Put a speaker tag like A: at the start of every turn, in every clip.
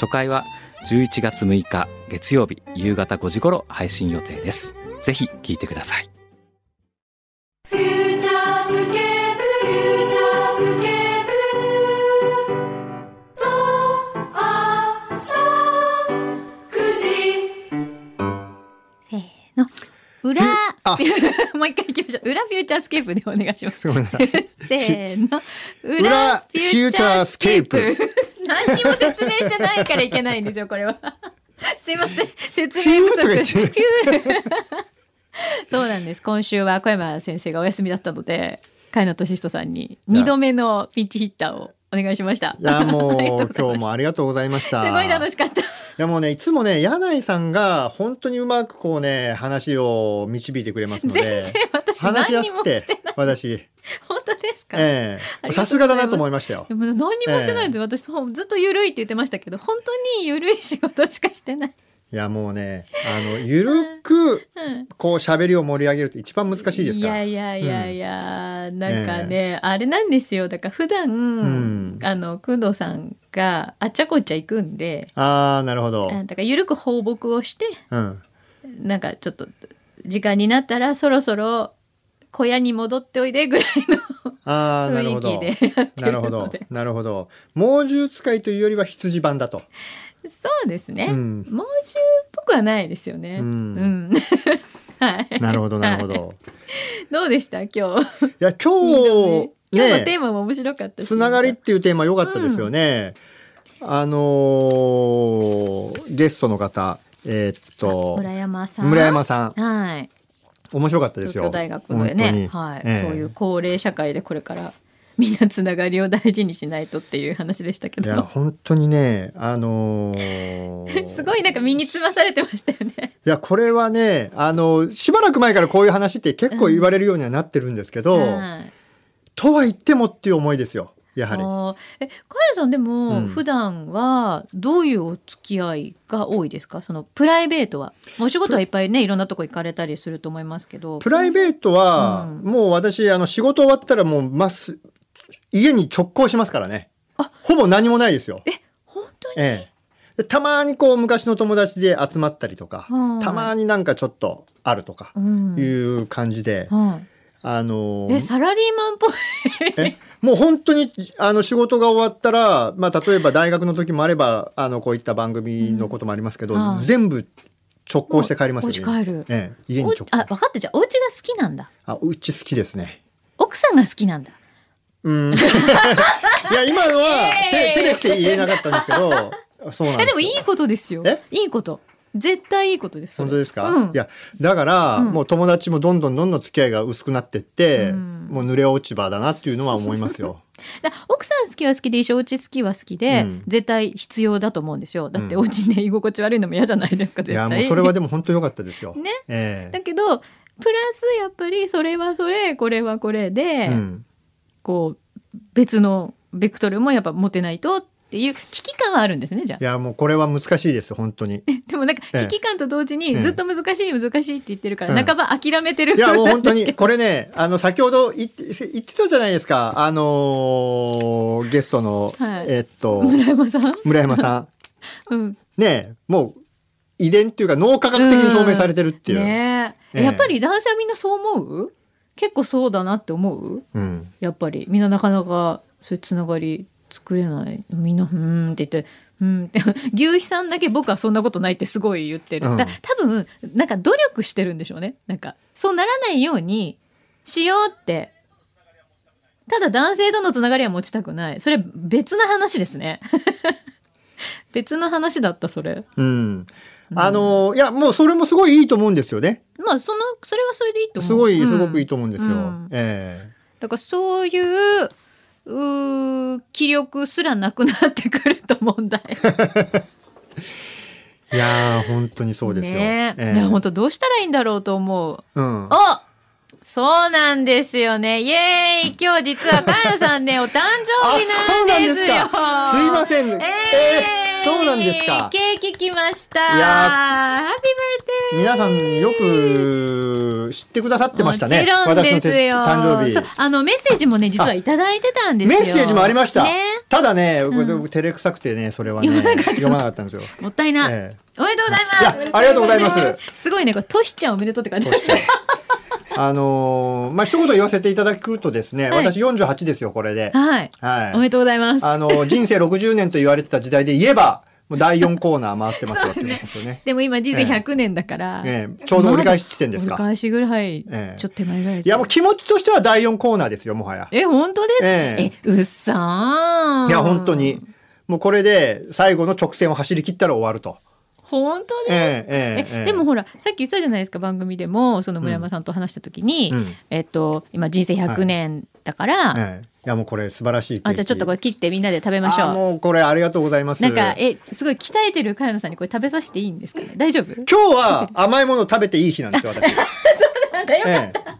A: 初回は11月6日月曜日夕方5時頃配信予定ですぜひ聞いてください
B: 「フューチャースケープフューチャースケープル」「とあさ9時」
C: せーの。裏、
D: あ
C: もう一回行きましょう。裏フューチャースケープでお願いし ます。
D: ごめんなさい
C: せーの。
D: 裏フューチャースケープ
C: フューチャースケープ。何にも説明してないからいけないんですよ、これは。 すいません。説明不足。
D: フューとか
C: フューそうなんです。今週は小山先生がお休みだったので、海野俊人さんに2度目のピンチヒッターをお願いしました。
D: いやも
C: ありがと
D: う
C: ござい
D: 今
C: ました
D: 日もありがとうございました。
C: すごい楽
D: い
C: しかった。
D: やもうねいつもね柳井さんが本当にうまくこうね話を導いてくれますの
C: 全
D: で
C: 然私
D: 話しや
C: 何に
D: す
C: も
D: く
C: して
D: て
C: ない。
D: 私
C: 本当ですか、ありがとう
D: え
C: ござい
D: え
C: ます
D: さすがだなと思いましたよ
C: で。も何にもしてないんですよ、私そうずっとゆるいって言ってましたけど本当にゆるい仕事しかして ない、
D: いやもうねあのゆるく
C: うん、
D: こう喋りを盛り上げるって一番難しいですから。
C: や
D: い
C: いやいやいや、なんかね、あれなんですよだから普段、
D: ん
C: あの工藤さんがあっちゃこっちゃ行くんで
D: ああなるほど。
C: あだからゆるく放牧をして
D: うん。
C: なんかちょっと時間になったらそろそろ小屋に戻っておいでぐらい
D: ああなる
C: の
D: ほど
C: 雰。囲気でやって
D: な
C: る
D: るほ
C: の
D: ど
C: で。
D: なるほど。猛獣使いというよりは羊版だと。
C: そうですね、
D: うん
C: 猛獣っぽくはないですよね
D: う
C: う
D: ん
C: ん、 はい
D: なるほどなるほど。
C: どうでした今日
D: いや今
C: 二度目
D: 日
C: 今日の
D: ね
C: テーマも面白かったし
D: つながりっていうテーマ良かったですよね。あのーゲストの方、えーっと、
C: 村山さん
D: 村山さん、
C: はい
D: 面白かったです
C: 東京
D: よ。
C: 大学の
D: 本当
C: ね
D: に
C: はい、
D: ええ
C: そういう高齢社会でこれからみんなつながりを大事にしないとっていう話でしたけ
D: いや、
C: ど
D: 本当にね、あのー
C: すごいなんか身につまされてましたよね
D: いや、これはね、あのしばらく前からこういう話って結構言われるようにはなってるんですけど、
C: はい
D: とは言ってもっていう思いですよ、やはり。
C: あーえかやさんで
D: う
C: も
D: ん
C: 普段はどういうお付き合いが多いですかそのプライベートはお仕事はいっぱいねいろんなとこ行かれたりすると思いますけど
D: プライベートは、
C: うん
D: もう私、あの、仕事終わったらもう、ます、家に直行しますからね。ほぼ何もないですよ。
C: え本当に
D: ええ。でたまにこう、昔の友達で集まったりとか、
C: はい
D: たまになんかちょっとあるとか、
C: うん
D: いう感じで、
C: はい
D: あのー
C: えサラリーマンっぽい
D: えもう本当にあの仕事が終わったら、まあ、例えば大学の時もあればあのこういった番組のこともありますけど、
C: うんはい
D: 全部直行して帰ります
C: お
D: よ
C: 家
D: ね。
C: 帰る
D: ええ、家に
C: お
D: 直
C: う
D: 行
C: あ分かったじゃあお家が好きなんだ
D: あうち好きですね。
C: 奥さんが好きなんだ
D: うん。いや、今のは、
C: え
D: て、照れくて言えなかったんですけど、そうなん
C: え
D: ですよ。
C: でもいいことですよ
D: え
C: いいこと絶対いいことですそれ
D: 本当ですか、
C: うん
D: いや、だから、
C: うん
D: もう友達もどんどんどんどん付き合いが薄くなってって、
C: うん
D: もう濡れ落ち葉だなっていうのは思いますよ。
C: だ奥さん好きは好きで一緒お家好きは好きで、
D: うん
C: 絶対必要だと思うんですよだって
D: うん
C: お家ね居心地悪いのも嫌じゃないですか
D: い
C: 絶
D: や、
C: 対
D: もうそれはでも本当良かったですよ。
C: ね
D: え
C: だ
D: え
C: けどプラスやっぱりそれはそれこれはこれで、
D: うん。
C: こう別のベクトルもやっぱ持てないとっていう危機感はあるんですねじゃあ
D: いや、もうこれは難しいですよ、本当に。
C: でもなんか
D: ええ
C: 危機感と同時
D: う
C: に
D: ん
C: ずっと難しい難しいって言ってるから、
D: うん
C: 半ば諦めてる
D: いや、もう本当
C: なんです
D: に、
C: け
D: これね、あの、先ほど言って、言ってたじゃないですか、あのーゲストの、
C: はい
D: えっ
C: ど
D: と、
C: 村山さん、
D: 村山さん。
C: うん、
D: ねえもう遺伝っていうか脳科学的に証明されてるっていう、
C: ねえ、
D: ええ
C: やっぱり男性はみんなそう思う結構そうだなって思う
D: うん、
C: やっぱりみんななかなかそういうつながり作れないみんな「うーん」って言って「うん」って 牛肥さんだけ僕はそんなことないってすごい言ってる、
D: うん
C: だ多分なんか努力してるんでしょうねなんかそうならないようにしようってただ男性とのつながりは持ちたくないそれ別の話ですね 別の話だったそれ
D: うん、あのーいやもうそれもすごいいいと思うんですよね
C: まあそのそれはそれでいいと思う
D: すごい
C: うん
D: すごくいいと思うんですよ、
C: うん
D: え
C: だからそういう うー気力すらなくなってくると問題
D: いやー本当にそうですよ。
C: ねえ
D: え
C: い
D: え
C: や本当どうしたらいいんだろうと思う。
D: うん。
C: おそうなんですよね。イエーイ今日実はカヤさんね、お誕生日なんですよ。
D: あそうなんですかすいません
C: えー
D: えーそうなんですか
C: ケーキ来ました。
D: いや
C: ハッピーバーデー。
D: 皆さんよく知ってくださってましたね。
C: もちろんですよ。
D: 私の誕生
C: そう
D: 日。
C: あのメッセージもね、実は
D: あ
C: いただいてたんですよ。
D: メッセージもありました。
C: ね、
D: ただね、僕
C: うん
D: 僕照れくさくてね、それはね、
C: 読まなかった
D: 読まなかったんですよ。
C: もったいない。
D: え
C: おめでとうござい
D: い
C: ます。
D: や、ありがとうございます。
C: すごいね、これトシちゃんおめでとうって感じ。
D: あのーまあ、一言言わせていただくとですね、
C: はい
D: 私48ですよ、これで。
C: はい。
D: はい。
C: おめでとうございます。
D: あの、人生60年と言われてた時代で言えば、もう第4コーナー回ってますよってことですよね。
C: でも今人生
D: ええ
C: 100年だから、
D: ええちょうど折り返し地点です
C: 折り
D: か。
C: 返しぐらい、
D: ええ
C: ちょっと手前ぐらいです
D: いや、もう気持ちとしては第4コーナーですよ、もはや。
C: え本当ですか、え
D: え
C: うっさーん
D: いや、本当に。もうこれで最後の直線を走り切ったら終わると。
C: 本当です
D: ええ
C: え
D: ええええ
C: でもほらさっき言ってたじゃないですか番組でもその村山さんと話した時に、
D: うん
C: えっと、今人生100年だから、
D: ええいや、もうこれ素晴らしいケーキ。
C: あじゃあちょっとこれ切ってみんなで食べまし
D: あ
C: ょう
D: もうこれありがとうございます。
C: なんかえすごい鍛えてるかやのさんにこれ食べさせていいんですかね大丈夫
D: 今日は甘いものを食べていい日なんですよ、 私。ええ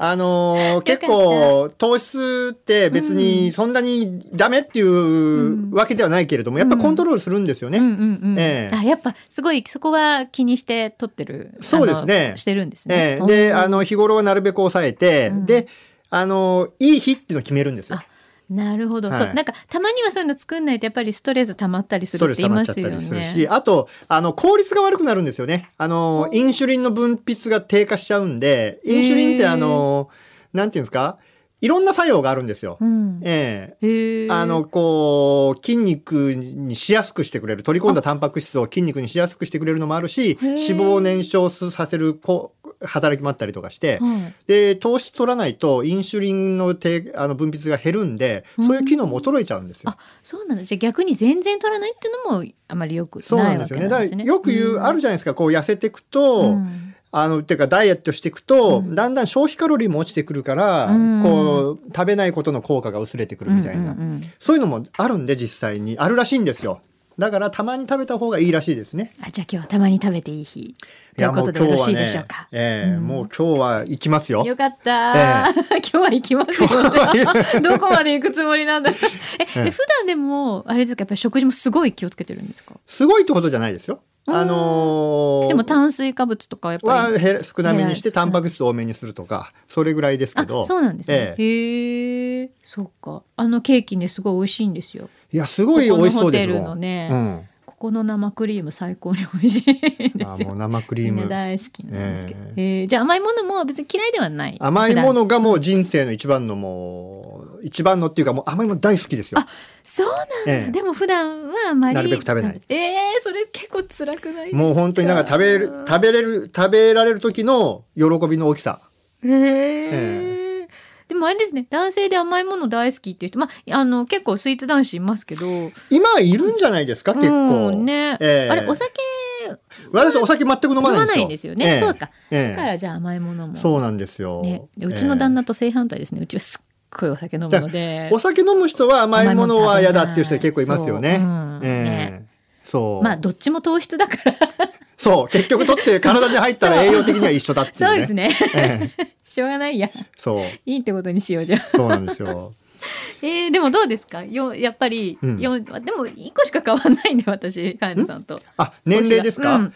D: あのー結構糖質って別にそんなにダメっていうわけではないけれども、やっぱコントロールするんですよね。
C: うんうんうん、
D: ええ
C: あやっぱすごいそこは気にして撮ってる
D: そうですね
C: あのしてるんですね
D: え、えで、
C: うん
D: あの日頃はなるべく抑えて、
C: ん
D: で、あのいい日っていうのを決めるんですよ
C: あ。なるほど、
D: はい
C: そうなんかたまにはそういうの作んないとやっぱりストレス溜まったりす
D: スト
C: る
D: レ
C: っ
D: ス
C: て言
D: 溜
C: い
D: ま
C: ま
D: っちゃっ
C: す
D: た
C: よ
D: りするし、
C: ね。
D: あと、あの、効率が悪くなるんですよね。あの、インシュリンの分泌が低下しちゃうんで、インシュリンっ
C: へ
D: て
C: ー
D: あの、なんていうんですかいろんな作用があるんですよ。
C: うん、
D: ええ
C: へえ
D: あの、こう、筋肉にしやすくしてくれる、取り込んだタンパク質を筋肉にしやすくしてくれるのもあるし、
C: へー
D: 脂肪を燃焼させるこう働きもあったりとかして、
C: はい
D: で、糖質取らないと、インシュリンの低あの分泌が減るんで、そういう機能も衰えちゃうんですよ
C: あ。そうなんだじゃあ逆に全然取らないっていうのもあまりよく
D: そう
C: な
D: ないん
C: わ
D: です
C: け
D: よ
C: な
D: ね。
C: んです
D: だから
C: ね。
D: よく言う、あるじゃないですか、こう痩せていく
C: う
D: と、
C: ん
D: あの、てかダイエットしていくと、だんだん消費カロリーも落ちてくるから、
C: うん
D: こう、食べないことの効果が薄れてくるみたいな、
C: うんうんうん
D: そういうのもあるんで、実際に。あるらしいんですよ。だから、たまに食べた方がいいらしいですね。
C: あじゃあ今日はたまに食べていい日ということでよろしいでしょうか。
D: ええ
C: うん
D: もう今日は行きますよ。
C: よかった、 今日は行きますよ。どこまで行くつもりなんだろう。え、
D: え
C: で
D: え
C: 普段でもあれですか、やっぱり食事もすごい気をつけてるんですか。
D: すごいってことじゃないですよ。
C: うん
D: あのー
C: でも炭水化物とかはやっぱ
D: は
C: り。
D: 減ら少なめにして、
C: 減ら
D: タンパク質多めにするとか、それぐらいですけ
C: あ、
D: ど。
C: そうなんですね
D: え。え
C: へえ、そっか。あのケーキね、すごい美味しいんですよ。
D: いや、すごい美味しそうです
C: ここのホテル
D: もん
C: のね
D: うん。
C: ここの生クリーム最高に美味しいんで
D: あ
C: す
D: も
C: よ
D: う。生ク
C: み
D: リー
C: んな
D: ム
C: 大好きなんですけど。えーじゃあ甘いものも別に嫌いではない。
D: 甘いも
C: 普段。
D: のがもう人生の一番のもう一番のっていうかもう甘いもの大好きですよ
C: あ。そうなんだ。
D: ええ
C: でも普段はあまり。
D: なるべく食べない。
C: ええそれ結構辛くないですか
D: もう本当になんか食べる食べれる食べられる時の喜びの大きさ。
C: へえでもあれですね男性で甘いもの大好きっていう人まああの結構スイーツ男子いますけど
D: 今はいるんじゃないですか結構。
C: うんね、
D: ええ
C: あれお酒
D: 私お酒全く飲
C: 飲
D: まない
C: ま
D: んですよ。
C: ないんですよね、
D: ええ
C: そうか、
D: え
C: だ
D: え
C: からじゃあ甘いものも
D: そうなんですよ。
C: ね、でうちの旦
D: え
C: 那と正反対ですねうちはすっごいお酒飲むので
D: えお酒飲む人は甘いものは嫌だっていう人結構いますよね。
C: そううん
D: ええそう。
C: まあどっちも糖質だから
D: そう結局取って体に入ったら栄養的には一緒だっていうね。
C: そうですね
D: ええ
C: しょうがないや
D: そう
C: いいってことにしようじゃあ
D: そうなんですよ。
C: えーでもどうですかよやっぱり、
D: うん
C: よでも一個しか変わらないんで私カエルさんと
D: あ、年齢ですか。
C: うん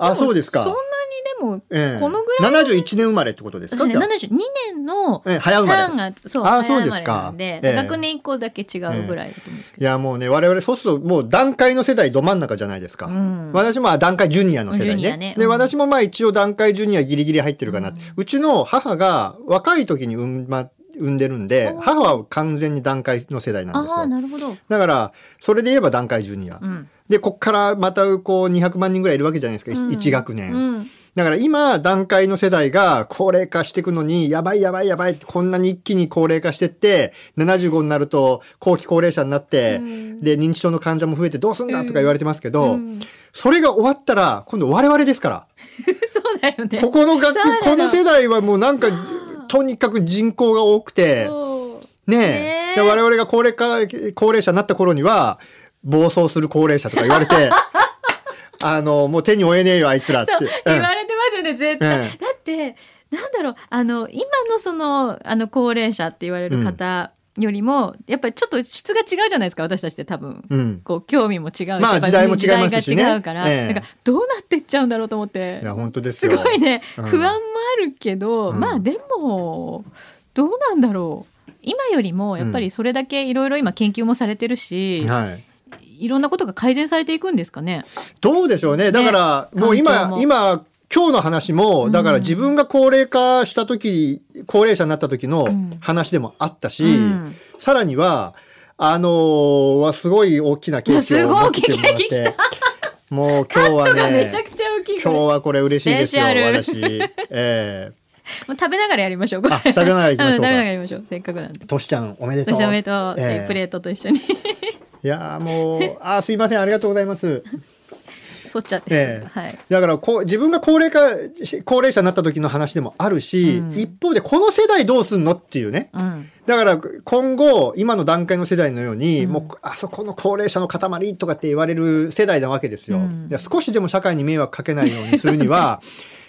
D: あ、そうですか。
C: そんなにでも
D: ええ
C: このぐらいの
D: 71年生まれってことですか。
C: 私ね
D: じゃあ
C: 72年の
D: ええ早生まれ
C: 3月そう早
D: あーそう
C: 生
D: で
C: まれ
D: す
C: な
D: か
C: んで
D: ええ
C: 学年一個だけ違うぐらいだと思うんですけ
D: い
C: ど
D: やもうね我々そうするともう段階の世代ど真ん中じゃないですか、
C: うん
D: 私もあ段階ジュニアの世代
C: ジュニア
D: ね
C: ね
D: で
C: うん
D: 私もまあ一応段階ジュニアギリギリ入ってるかなって、うちの母が若い時に産ん,、ま、産んでるんで
C: おー
D: 母は完全に段階の世代なんです
C: ああー
D: よ
C: なるほど
D: だからそれで言えば段階ジュニア、
C: うん
D: でこっからまたこう200万人ぐらいいるわけじゃないですか、
C: うん
D: 1学
C: う
D: 年、
C: ん
D: だから今、段階の世代が高齢化していくのに、やばいやばいやばいって、こんなに一気に高齢化してって、75になると後期高齢者になって、
C: うん
D: で、認知症の患者も増えてどうすんだとか言われてますけ
C: う
D: ど、
C: ん
D: それが終わったら、今度我々ですから、
C: そうだよね
D: ここの学
C: そうなの
D: この世代はもうなんか、とにかく人口が多くて、
C: そう
D: ねえ
C: ねえ
D: で我々が高齢化、高齢者になった頃には、暴走する高齢者とか言わ れて、あの、もう手に負えねえよ、あいつらって。
C: そう
D: うん
C: 言われてますよね絶対、
D: ええ
C: だってなんだろうあの今のそのあの高齢者って言われる方よりも、やっぱりちょっと質が違うじゃないですか私たちって多分、
D: うん
C: こう興味も違うし
D: まあ
C: やっぱり
D: 時代も違いますし
C: 時
D: ね
C: 代が違うから、
D: え
C: な
D: え
C: んかどうなってっちゃうんだろうと思って
D: いや本当です
C: す
D: よ
C: ごいね、
D: うん
C: 不安もあるけど、
D: うん
C: まあでもどうなんだろう今よりもやっぱりそれだけいろいろ今研究もされてるし、
D: はい。
C: い、ろんなことが改善されていくんですかね。
D: どうでしょうね。だから、
C: ね
D: もう
C: 環
D: 今
C: 境、も
D: 今、今日の話も、だから自分が高齢化した時、高齢者になった時の
C: ん
D: 話でもあったし、
C: うん
D: さらには、あのーはすごい大きなケーキを
C: いやすごい
D: 持ってきてもらっ
C: 大きなケ
D: て、もう今日は
C: 音がめ
D: ね
C: ちゃ、くちゃ大きいこ
D: 今
C: れ
D: 日はこれ嬉しいですよ、
C: スペシャル
D: 私。ええ
C: もう食べながらやりましょう。これ
D: あ食べながら行きまし
C: ん
D: ょうか
C: 食べながらやりましょう。せっかくなんで。
D: としちゃんおめでと
C: お
D: う。
C: しゃべと、
D: ええ
C: プレートと一緒に
D: いやーもう、あーすいません、ありがとうございます。
C: そっちゃって、
D: ええ
C: はい。
D: だからこう自分が高齢化し高齢者になった時の話でもあるし、
C: うん
D: 一方でこの世代どうすんのっていうね
C: うん。
D: だから今後今の段階の世代のように、もうあそこの高齢者の塊とかって言われる世代なわけですよ、
C: うん
D: いや少しでも社会に迷惑かけないようにする には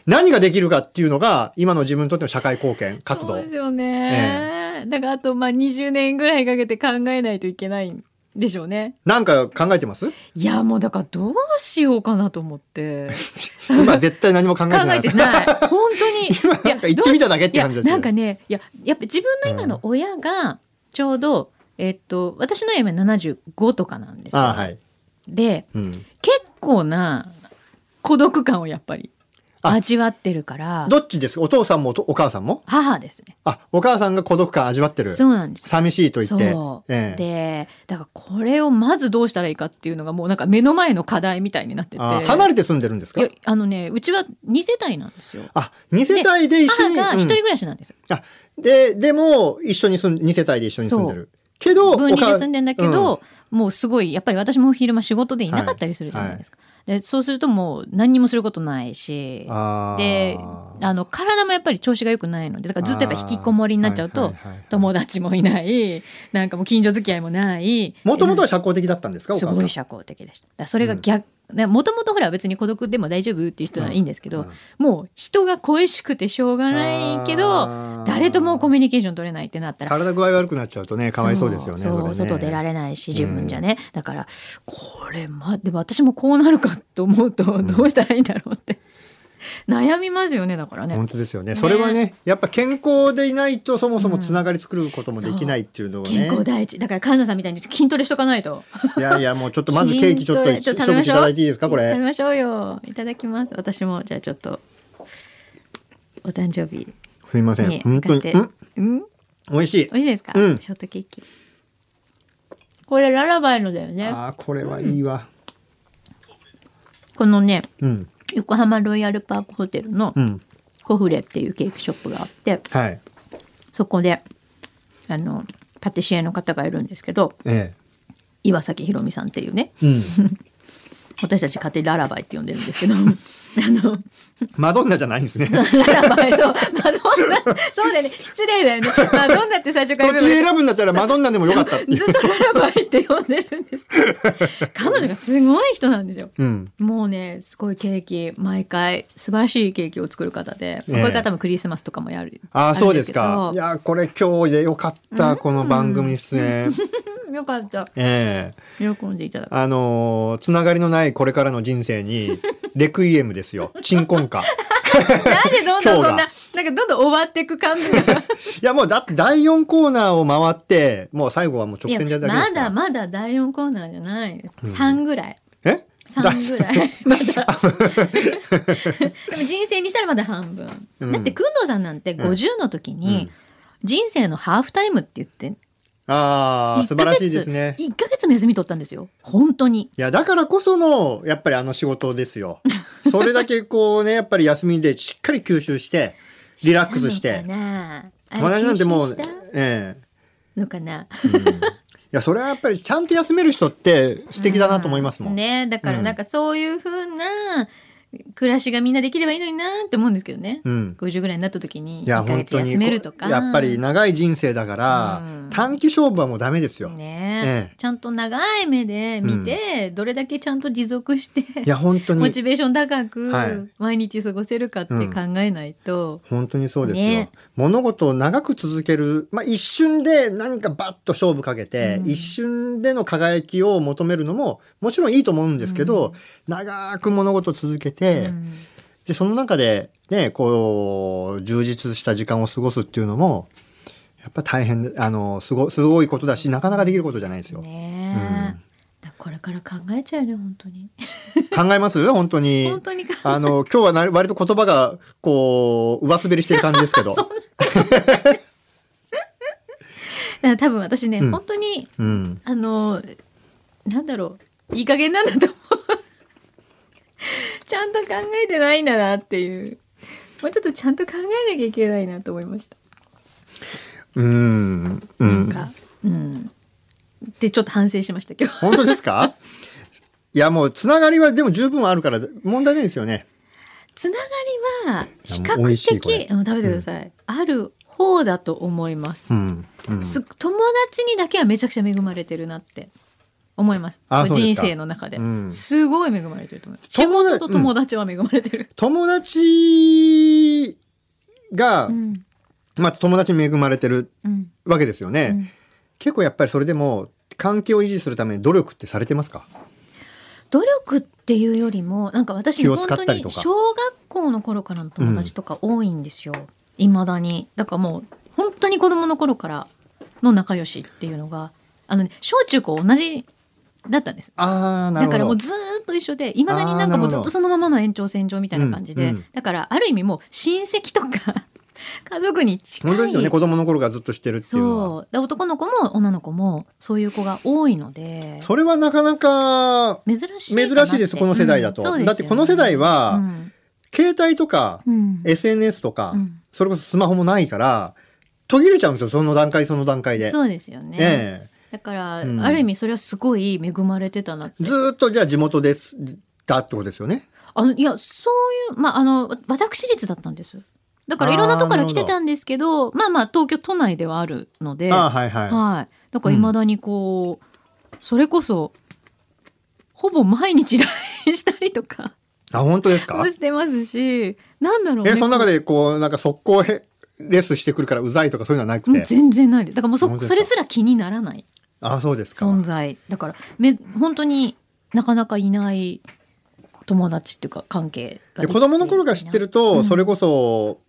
D: 何ができるかっていうのが今の自分にとっての社会貢献活
C: そう
D: 動
C: ですよね。だからあとまあ20年ぐらいかけて考えないといけないんでしょうね。
D: なんか考えてます
C: いやもうだからどうしようかなと思って。
D: 今絶対何も考えて
C: 考
D: な
C: え
D: い
C: てない。本当に。
D: 今なんか言ってみただけって感じ
C: い
D: だ
C: やな
D: ったよ
C: んかねいややっぱ自分の今の親がちょうど、えっと私の今75とかなんですよ。
D: あはい、
C: で
D: うん、
C: 結構な孤独感をやっぱり
D: あ
C: 味わってるから
D: どっちですお父さんもおとお母さんも
C: 母ですね
D: あお母さんが孤独感味わってる
C: そうなんですよ
D: 寂しいと言って。
C: そう、
D: え
C: で
D: え
C: だからこれをまずどうしたらいいかっていうのがもうなんか目の前の課題みたいになってて
D: あ離れて住んでるんです
C: い
D: か
C: やあのねうちは2世帯なんですよ
D: あ、2世帯で一緒
C: 母
D: に。
C: が
D: うん
C: 一人暮らしなんです、
D: あ、で、でも、一緒に住ん、2世帯で一緒に住んでる。けど、
C: 分離
D: お
C: で
D: 母
C: 住んでんだけど、もうすごいやっぱり私も昼間仕事でいなかったりするじゃないですか、でそうするともう何にもすることないし
D: うんあー
C: であの体もやっぱり調子が良くないのでだからずっとやっぱ引きこもりになっちゃう
D: あー
C: と
D: はいはいはいはい
C: 友達もいないなんかもう近所付き合いもない
D: もともとは社交的だったんですかお
C: す
D: 母さん。
C: ごい社交的でしただからそれが逆もともとほら別に孤独でも大丈夫っていう人はいいんですけど、
D: うんうん
C: もう人が恋しくてしょうがないけ
D: あ
C: ど
D: ー
C: 誰ともコミュニケーション取れないってなったら
D: 体具合悪くなっちゃうとね、かわいそうですよね。
C: そう
D: れね
C: そう外出られないし自分じゃね、だからこれまでも私もこうなるかと思うとどうしたらいいんだろうって、悩みますよねだからね。
D: 本当ですよね。
C: ね
D: それはね、やっぱ健康でいないと、そもそもつながり作ることもできないっていうのはね。
C: 健康第一だから菅野さんみたいに筋トレしとかないと
D: いやいや、もうちょっとまずケーキちょっと
C: 筋ト
D: 一
C: レ食べま
D: 口い
C: しょう
D: ただいていいですか、こ
C: 食べ
D: れ。
C: ましょうよいただきます私もじゃあちょっとお誕生日
D: すいません。
C: に
D: 本当
C: 買っ
D: に。
C: て
D: うん
C: うん
D: 美味しい
C: 美。味しいですか、
D: うん
C: ショートケーキこれララバイのだよね
D: ああ、これはいいわ。
C: このね
D: うん。
C: 横浜ロイヤルパークホテルの
D: うん。
C: コフレっていうケーキショップがあって
D: はい。
C: そこであのパティシエの方がいるんですけど
D: え
C: 岩崎宏美さんっていうね
D: え。うん。
C: 私たち勝手にララバイって呼んでるんですけど あの
D: マドンナじゃないんですね。
C: ララバイそうマドンナそうだよね失礼だよねマドンナって最初から
D: 途
C: 言
D: 中
C: えば
D: 選ぶんだったらマドンナでもよかったっていう。
C: ずっとララバイって呼んでるんですけど彼女がすごい人なんですよ。
D: うん。
C: もうねすごいケーキ毎回素晴らしいケーキを作る方で、
D: え
C: こういう方もクリスマスとかもやる
D: ああ、
C: るん
D: そうですか。い
C: けど
D: や、これ今日でよかった、この番組出演。
C: うんよかった
D: ええ
C: 喜んでいただく
D: あのーつながりのないこれからの人 生に、レクイエムですよ。鎮魂歌。
C: なんでどんどんそん
D: 今
C: ななんかどんどん終わっていく感じが
D: いや、もうだって第4コーナーを回って、もう最後はもう直線じゃだけで
C: ます
D: か
C: だ
D: ら。
C: まだ第4コーナーじゃないです、3ぐらい
D: え
C: 3ぐら いま だでも人生にしたらまだ半分、
D: うん
C: だってくんどうさんなんて50の時に人生のハーフタイムって言って
D: ああ、素晴らしいですね。
C: 1ヶ月目ずみ取ったんですよ本当に
D: いや、だからこその、やっぱりあの仕事で すよ。それだけこうね、やっぱり休みでしっかり吸収して、リラックスし
C: な
D: て。
C: のかなあれ
D: 私なんても
C: 吸
D: う
C: 収し、
D: ええ
C: たのかない
D: や、それはやっぱりちゃんと休める人って素敵だなと思いますもん。
C: ねだからなんかそういうふうな暮らしがみんなできればいいのになーって思うんですけどね、
D: うん
C: 50ぐらいになった時に
D: いや
C: 1ヶ
D: 本
C: 月
D: 当に
C: 休めると
D: こ
C: か
D: うやっぱり長い人生だから、
C: うん
D: 短期勝負はもうダメですよ。
C: ね、
D: ええ
C: ちゃんと長い目で見て、どれだけちゃんと持続して
D: いや本当
C: モ
D: に
C: チベーション高く
D: はい
C: 毎日過ごせるかって考えないと、
D: 本当にそうですよ、
C: ね
D: 物事を長く続ける、まあ、一瞬で何かバッと勝負かけて、
C: うん
D: 一瞬での輝きを求めるのももちろんいいと思うんですけど、長く物事を続けて、
C: うん
D: でその中で、ね、こう充実した時間を過ごすっていうのもやっぱ大変であのすごすごいことだしなかなかできることじゃないですよ。
C: ねえ
D: うん
C: だからこれから考えちゃうね本当に
D: 考えます本当に
C: 本当に考え
D: あの今日はな割と言葉がこう上滑りしてる感じです けど。
C: だから多分私ね、
D: うん
C: 本当に
D: うん
C: あのなんだろういい加減なんだと思う ちゃんと考えてないんだなっていうもうちょっとちゃんと考えなきゃいけないなと思いました、
D: うん、う
C: なん
D: ん、
C: かうんでちょっと反省しました今日
D: 本当で すかいやもうつながりはでも十分あるから問題ないですよね。
C: つながりは比
D: いや美
C: 較
D: 味しいこれ
C: 的うん食べてください、ある方だと思います,、
D: うん、うん
C: す友達にだけはめちゃくちゃ恵まれてるなって思います
D: あそうで
C: 人
D: すか
C: 生の中で、
D: うん
C: すごい恵まれてると思います仕
D: 友達
C: 事と友達は恵まれてる、
D: 友達が、
C: うん
D: まあ友達に恵まれてる
C: うん
D: わけですよね。
C: うん
D: 結構やっぱりそれでも関係を維持するために努力ってされてますか。
C: 努力っていうよりもなんか私ね
D: 気を
C: 本当
D: 使ったり
C: に
D: とか
C: 小学校の頃からの友達とか多いんですよいま、未だにだからもう本当に子供の頃からの仲良しっていうのがあの、ね、小中高同じだったんです
D: ああ、なる
C: だ
D: ほど。
C: からもうずーっと一緒でいまだになんかも
D: あーなる
C: うずっ
D: ほど
C: とそのままの延長線上みたいな感じで、
D: うんうん
C: だからある意味もう親戚とか 家族に近い
D: 本当ですよね。子供の頃からずっとしてるっていうのは。
C: そうで男の子も女の子もそういう子が多いので
D: それはなかなか
C: 珍しいかなって
D: 珍しいですこの世代だと
C: うんそうですよね
D: だってこの世代は
C: うん
D: 携帯とか、
C: うん、
D: SNS とか、
C: うん
D: それこそスマホもないから途切れちゃうんですよその段階その段階で。
C: そうですよね、
D: ええ
C: だから、
D: うん
C: ある意味それはすごい恵まれてたなって
D: ずーっとじゃあ地元ですだってことですよね。
C: あのいやそういうまああのわ私立だったんですだからいろんなとこから来てたんですけどまあまあ東京都内ではあるので
D: ああはいはい。
C: はい。だから未だにこう、それこそ、ほぼ毎日 LINE したりとか
D: あ本当ですか。
C: してますし、なんだろうね。
D: えその中でこうなんか速攻へレスしてくるからうざいとかそういうのはな
C: こ
D: く
C: うもう
D: て。
C: 全然ないですだからもう
D: 本当
C: そ
D: です
C: それす
D: か
C: ら気にならない
D: あそうですか。
C: 存在。だから、め、本当になかなかいない友達っていうか関係ができて
D: で子供の頃から知ってると、
C: うん
D: それこそ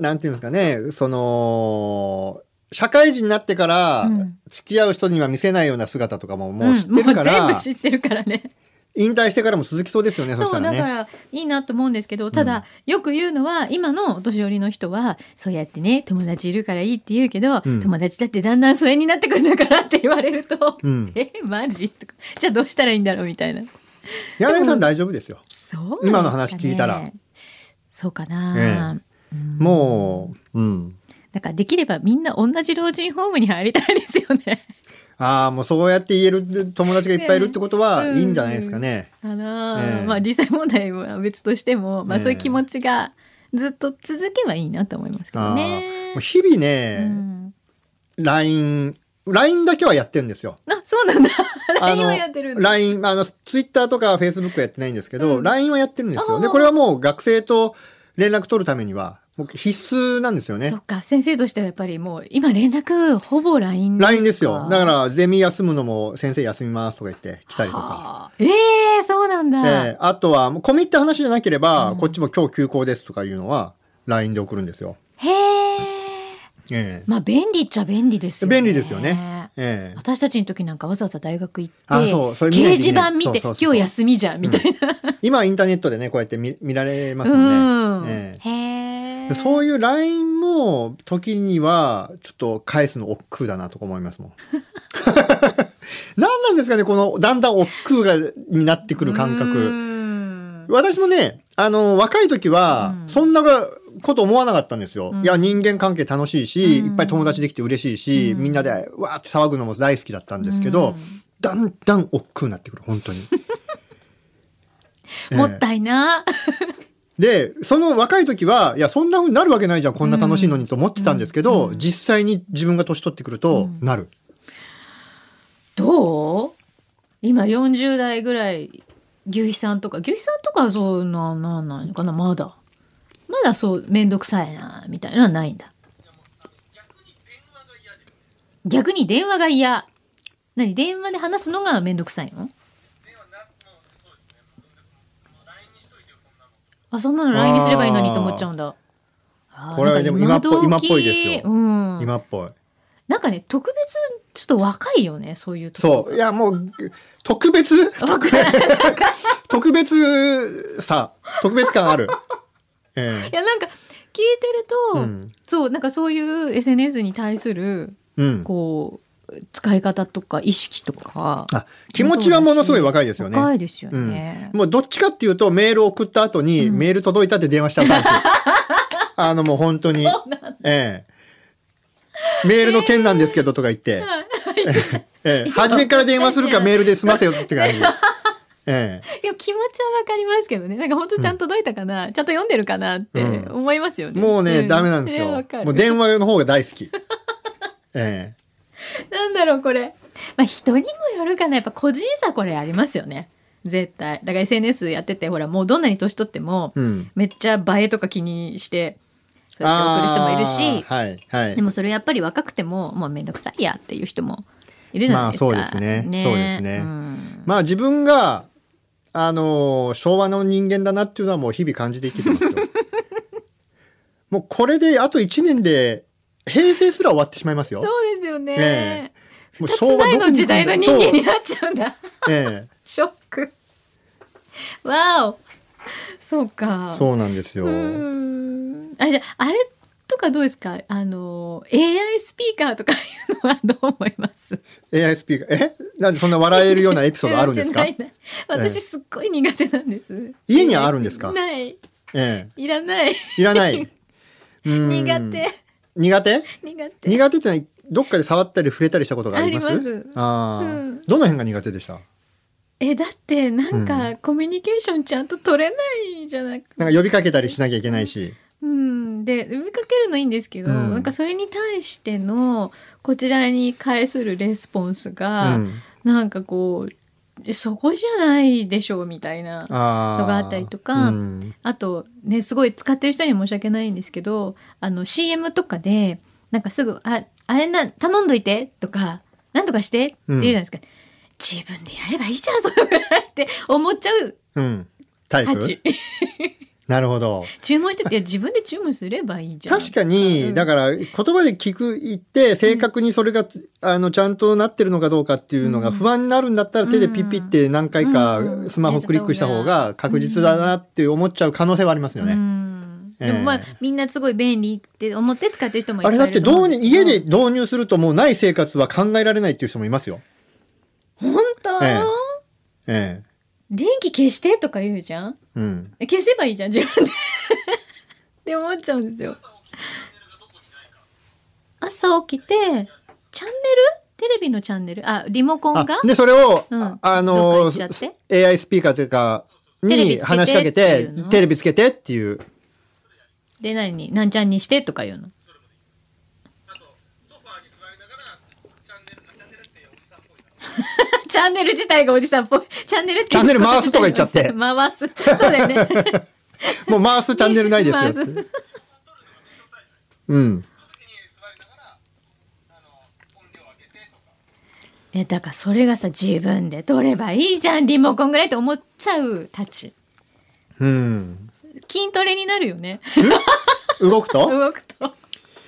D: なんていうんですかねその社会人になってから
C: うん
D: 付き合う人には見せないような姿とかももう知っ
C: ん
D: てるから、
C: もう全部知ってるからね。
D: 引退してからも続きそうですよねそし
C: そ
D: た
C: う
D: ら
C: だか
D: ね。
C: らいいなと思うんですけどただ、よく言うのは今のお年寄りの人はそうやってね友達いるからいいって言うけど、
D: うん
C: 友達だってだんだん疎遠になってくんだからって言われると、
D: うん
C: えマジとかじゃあどうしたらいいんだろうみたいな
D: 柳さん大丈夫ですよ。
C: そうなんですかね、
D: 今の話聞いたら
C: そうかな、うん
D: もう、うん。
C: だからできればみんな同じ老人ホームに入りたいですよね
D: ああ、もうそうやって言える友達がいっぱいいるってことは
C: ね
D: いいんじゃないですかね。
C: かな、
D: え え
C: まあ実際問題は別としても、まあ、そういう
D: ええ
C: 気持ちがずっと続けばいいなと思いますけ
D: あ
C: ど
D: あ
C: ね
D: もう。日々
C: う
D: ね、
C: ん
D: LINE、LINE だけはやってるんですよ。
C: あ、そうなんだ。
D: あ
C: LINE
D: の
C: をやってるんだ。
D: LINE、あの、Twitter とか Facebook はやってないんですけど、
C: うん
D: LINE はやってるんですよ。で、
C: ああ
D: これはもう学生と連絡取るためには、もう必須なんですよね
C: そ。っか、先生としてはやっぱりもう、今連絡ほぼ LINE か
D: LINE ですよ。だか、ら、ゼミ休むのも先生休みますとか言って来たりとか。
C: はあ。ええそうなん
D: え
C: だ。
D: えあとは、もうコミって話じゃなければ、
C: うん
D: こっちも今日休校ですとかいうのは、LINE で送るんですよ。
C: へえ。
D: ええ
C: まあ、便利っちゃ便利ですよね。
D: 便利ですよね。ええ
C: 私たちの時なんかわざわざ大学行って、
D: あそうそれ
C: 掲
D: 見ないとい
C: 示
D: けな
C: 板
D: い
C: 見て、
D: そうそう
C: 今
D: そう
C: 日休みじゃん、みたいな。
D: 今はインターネットでねこうやって見見られますも
C: うんん。
D: ね、ええ
C: へえ。
D: そう
C: う。
D: いう LINE も時にはちょっと返すの億劫だなとか思 いますもん何なんですかねこのだんだん億劫がになってくる感覚
C: 覚。
D: 私もねあの若い時は
C: うん
D: そんなこと思わなかったんですよ、
C: うん
D: いや人間関係楽しいし、
C: うん
D: いっぱい友達できて嬉しいし、
C: うん
D: みんなでわーって騒ぐのも大好きだったんですけど、
C: うん
D: だんだん億劫になってくる本当にえ
C: もったいな。
D: で、その若い時は、いや、そんな風になるわけないじゃん、こんな楽しいのにと思ってたんですけど、実際に自分が年取ってくると、なる。
C: どう今40代ぐらい牛肥さんとか牛肥さんとかはそうななんないのかなまだまだそう面倒くさいなみたいなのはないんだ逆に電話が嫌何電話で話すのが面倒くさいのあそんなの LINE にすればいいのにと思っちゃうんだあー
D: これはでも今っぽい
C: なんか
D: 今っぽいですよ
C: うん、
D: 今っぽい。
C: なんかね特別ちょっと若いよねそういうところ
D: そう。いや、もう、特 別 特別さ、特別感ある。え
C: いやなんか聞いてると、
D: うん
C: そうなんかそういう SNS に対する
D: えうん。
C: こう使い方とか意識とか
D: あ、気持ちはものすごい若いですよね。
C: 若いですよ
D: うん
C: ね。
D: もうどっちかっていうと、メール送った後に、メール届いたって電話しちゃ うタイプ。あの、もう本当に。ええ。メールの件なんですけどとか言って。ええ。初めから電話するかメールで済ませよって感じ。ええ。
C: でも気持ちはわかりますけどねなんか本当ちゃんと届いたかな、ちゃんと読んでるかなって
D: うん
C: 思いますよね。
D: もうね、
C: ん
D: ダメなんです
C: いや
D: よ
C: わか。る
D: もう電話の方が大好き。ええ。
C: なんだろうこれ。まあ人にもよるかなやっぱ個人差これありますよね。絶対だから SNS やっててほらもうどんなに年取っても、
D: うん
C: めっちゃ映えとか気にしてそうやって送る人もいるし、
D: あーはいは い
C: でもそれやっぱり若くてももうめんどくさいやっていう人もいるじゃないですか。
D: まあそうですねそうですね
C: ん
D: まあ自分があのー昭和の人間だなっていうのはもう日々感じて生きて ますよもうこれであと1年で平成すら終わってしまいますよ
C: そうですよね。
D: えもう
C: 二つ前の時代の人間になっちゃうんだ。
D: そうええ
C: ショック。わお。そうか。
D: そうなんですよ
C: うーんあじゃああれとかどうですかあの AI スピーカーとかいうのはどう思います
D: AI スピーカーえなんでそんな笑えるようなエピソードあるんですか
C: じゃないな私すっごい苦手なんです。
D: 家にはあるんですか
C: ない。
D: え
C: いらない。
D: えい らないうん
C: 苦手。
D: 苦手
C: 苦手。
D: 苦手ってのはどっかで触ったり触れたりしたことがあります
C: あります
D: あー
C: うん
D: どの辺が苦手でした
C: えだってなん
D: う
C: かコミュニケーションちゃんと取れないじゃなく
D: なんか呼びかけたりしなきゃいけないし
C: うんで呼びかけるのいいんですけど、
D: うん
C: なんかそれに対してのこちらに返するレスポンスが、
D: うん
C: なんかこうそこじゃないでしょうみたいなあ
D: の
C: のがあったりとか
D: うん
C: とねすごい使ってる人には申し訳ないんですけどあの CM とかでなんかすぐ「ああれな頼んどいて」とか「なんとかして」って言うじゃないですか、自分でやればいいじゃんそれぐらいって思っちゃう
D: うん、タイ
C: た
D: プ
C: ち。
D: なるほど
C: 注文してていや自分で注文すればいいじゃん。
D: 確かに、だから言葉で聞く言って正確にそれが、あのちゃんとなってるのかどうかっていうのが不安になるんだったら、手でピッピって何回
C: うん
D: かスマホクリックした方が確実だなって思っちゃう可能性はありますよね。
C: うん
D: え
C: で
D: え
C: もまあ、みんなすごい便利って思って使ってる人もい
D: あれだってどうに家で
C: で
D: 導入するともうない生活は考えられないっていう人もいますよ。
C: 本当、
D: えええ
C: 電気消してとか言うじゃん
D: え、うん。
C: え消せばいいじゃん自分でって思っちゃうんですよ朝起きてチャンネルテレビのチャンネルあリモコンが
D: あでそれを、
C: うん
D: ああ
C: どっか行
D: の
C: っちゃって
D: AI スピーカーというか
C: テレビつけ
D: に
C: て
D: 話しかけ
C: って
D: て
C: いうの
D: テレビつけてっていう
C: で何になんちゃんにしてとか言うのチャンネル自体がおじさんっぽい。 チャンネルっていう
D: チャンネル回すとか言っちゃって
C: 回す。そうだよね。
D: もう回すチャンネルないですよ
C: 回
D: って
C: す。
D: うん
C: え、だからそれがさ、自分で取ればいいじゃん、リモコンぐらいって思っちゃうたち。
D: うん
C: 筋トレになるよね。
D: 動く と
C: 動くと。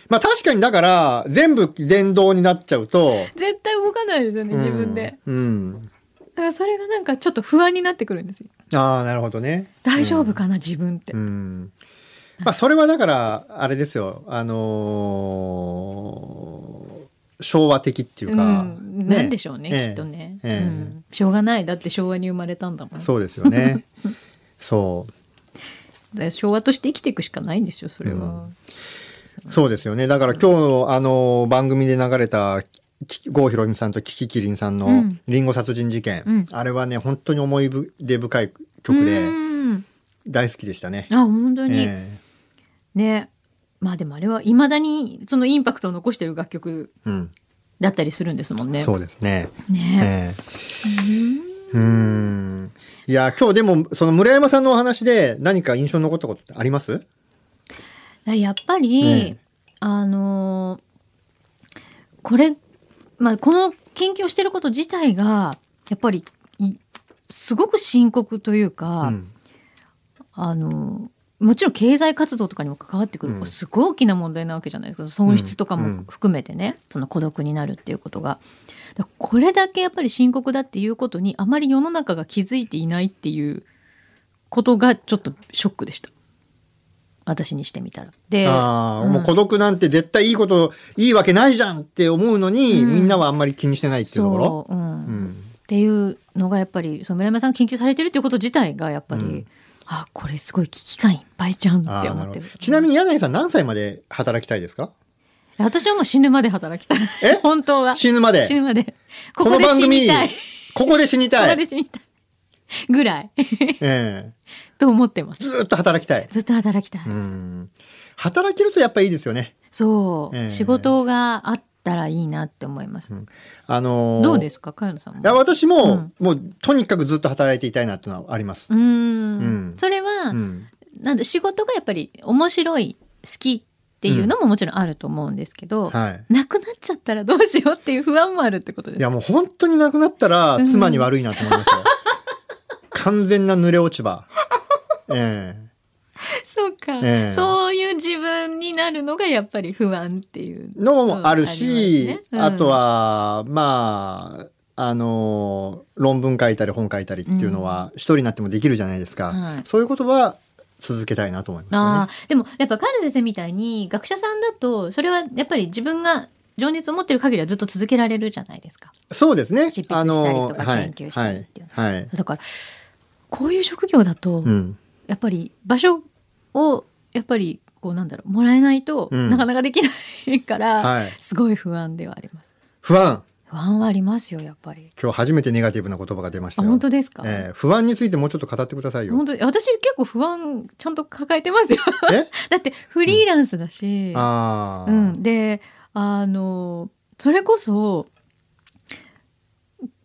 D: まあ確かにだから全部電動になっちゃうと
C: 絶対動かないですよね、自分で。
D: うん、うん
C: だからそれがなんかちょっと不安になってくるんですよ。
D: ああなるほどね
C: 大丈夫かな、自分って
D: う。んまあそれはだからあれですよあのー昭和的っていう
C: う
D: か、
C: ん、なんでしょうね、
D: え
C: き
D: え
C: っとね、
D: ええ
C: うん。しょうがない。だって昭和に生まれたんだもん。
D: そうです よねそう
C: で昭和として生きていくしかないんですよ、それは。
D: そうですよね。だから今日のあの番組で流れたき郷ひろみさんとキキキリンさん
C: う
D: の
C: ん
D: リンゴ殺人事件、
C: うん
D: あれはね本当に思い出深い
C: うん、
D: 曲で、大好きでしたね。
C: あ本当に、
D: え
C: ねまあでもあれはいまだにそのインパクトを残してる楽曲
D: えうん、
C: だったりするんですもんね。
D: そうですね。
C: ね
D: ええうん。いや、今日でも、その村山さんのお話で何か印象に残ったことってあります
C: だやっぱり、
D: ね
C: あのーこれ、まあ、この研究をしてること自体がやっぱりいすごく深刻というか、
D: うん
C: あのーもちろん経済活動とかにも関わってくる、
D: うん
C: すごい大きな問題なわけじゃないですか損失とか
D: うんうん
C: も含めてね、その孤独になるっていうことが。だからこれだけやっぱり深刻だっていうことにあまり世の中が気づいていないっていうことがちょっとショックでした私にしてみたら。で
D: ああ、
C: うん
D: もう孤独なんて絶対いいこと、いいわけないじゃんって思うのに、みんなはあんまり気にしてないっていうところ。
C: そう、うん
D: うん
C: っていうのがやっぱりその村山さんが研究されてるっていうこと自体がやっぱり、あこれすごい危機感いっぱいじゃん
D: あ
C: って
D: ー
C: 思
D: な
C: っ
D: るほ
C: て
D: ど
C: る
D: ちなみに柳井さん何歳まで働きたいですか
C: 私はもう死ぬまで働きたい
D: え
C: 本当は
D: 死ぬまで
C: 死ぬまでここで死にたいこ
D: ここで死にた
C: こ
D: い
C: で死にたいぐらい
D: え
C: と思ってま
D: え
C: す
D: ずーっと働きたい
C: ずっと働きたい、
D: うん働けるとやっぱいいですよね
C: そう、
D: ええ
C: 仕事があったらいいなって思います、
D: あのー
C: どうですかかよのさんも
D: いや私も、
C: う
D: もうとにかくずっと働いていたいなっていうのはあります
C: う、ーん
D: うん
C: それは、
D: うん
C: なんで仕事がやっぱり面白い好きっていうのももちろんあると思うんですけど、
D: はい
C: なくなっちゃったらどうしようっていう不安もあるってことです
D: い
C: か
D: やもう本当になくなったら妻に悪いなと思いますよ、完全な濡れ落ち葉え
C: そうか、
D: ええ
C: そういう自分になるのがやっぱり不安っていう
D: えのもあるし、
C: うん
D: あとはまああのー論文書いたり本書いたりっていうのは一人になってもできるじゃないですか、
C: はい
D: そういうことは続けたいなと思いますよね
C: あーでもやっぱカール先生みたいに学者さんだとそれはやっぱり自分が情熱を持ってる限りはずっと続けられるじゃないですか
D: そうですね。
C: 執筆したりとか
D: あのはい
C: 研究したりっていう
D: はい。はい
C: だからこういう職業だと
D: うん。
C: やっぱり場所をやっぱりこうなんだろうもらえないと
D: うん
C: なかなかできないから、
D: はい
C: すごい不安ではあります
D: 不安。
C: 不安はありますよやっぱり
D: 今日初めてネガティブな言葉が出ました
C: あ
D: よ。
C: 本当ですか、
D: ええ不安についてもうちょっと語ってくださいよ
C: 本。当私結構不安ちゃんと抱えてますよ
D: え？
C: だってフリーランスだし、
D: ああ。
C: うん、であのそれこそ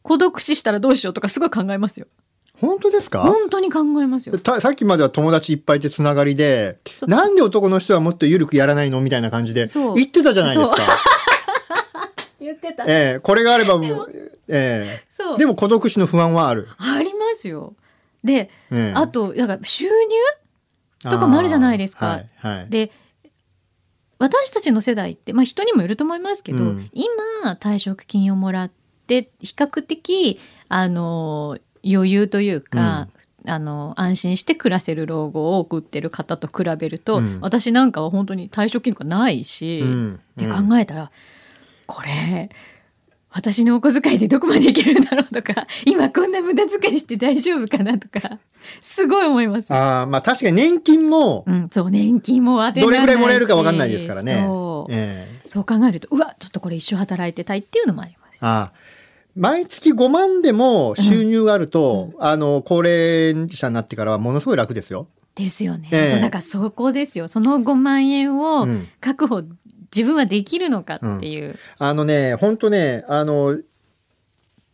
C: 孤独死したらどうしようとかすごい考えますよ
D: 本当ですか？
C: 本当に考えますよ
D: たさっきまでは友達いっぱいってつながりで、
C: そう
D: なんで男の人はもっと緩くやらないのみたいな感じで
C: そう
D: 言ってたじゃないですか。
C: 言って た
D: ええこれがあればもう、え
C: そ
D: え
C: う
D: でも孤独死の不安はある。
C: ありますよで、
D: ええ
C: あとだから収入とかもあるじゃないですか
D: あーはいはい。
C: で私たちの世代って、まあ、人にもよると思いますけど、
D: うん
C: 今退職金をもらって比較的あの余裕というか、あの安心して暮らせる老後を送ってる方と比べると、
D: うん
C: 私なんかは本当に退職金とかないし、
D: うん
C: って考えたら、これ私のお小遣いでどこまでいけるんだろうとか今こんな無駄遣いして大丈夫かなとかすごい思います。
D: ああまあ確かに年金も
C: うん、そう年金も当て
D: どれぐらいもらえるかわ
C: わ
D: かんないですからね。
C: そう,、
D: ええ
C: そう考えるとうわちょっとこれ一生働いてたいっていうのもあります。
D: ああ毎月5万でも収入があると、あの高齢者になってからはものすごい楽ですよ。
C: ですよね、
D: ええ
C: そうだからそこですよその5万円を
D: うん
C: 確保、自分はできるのかっていう。
D: あのね本当ねあの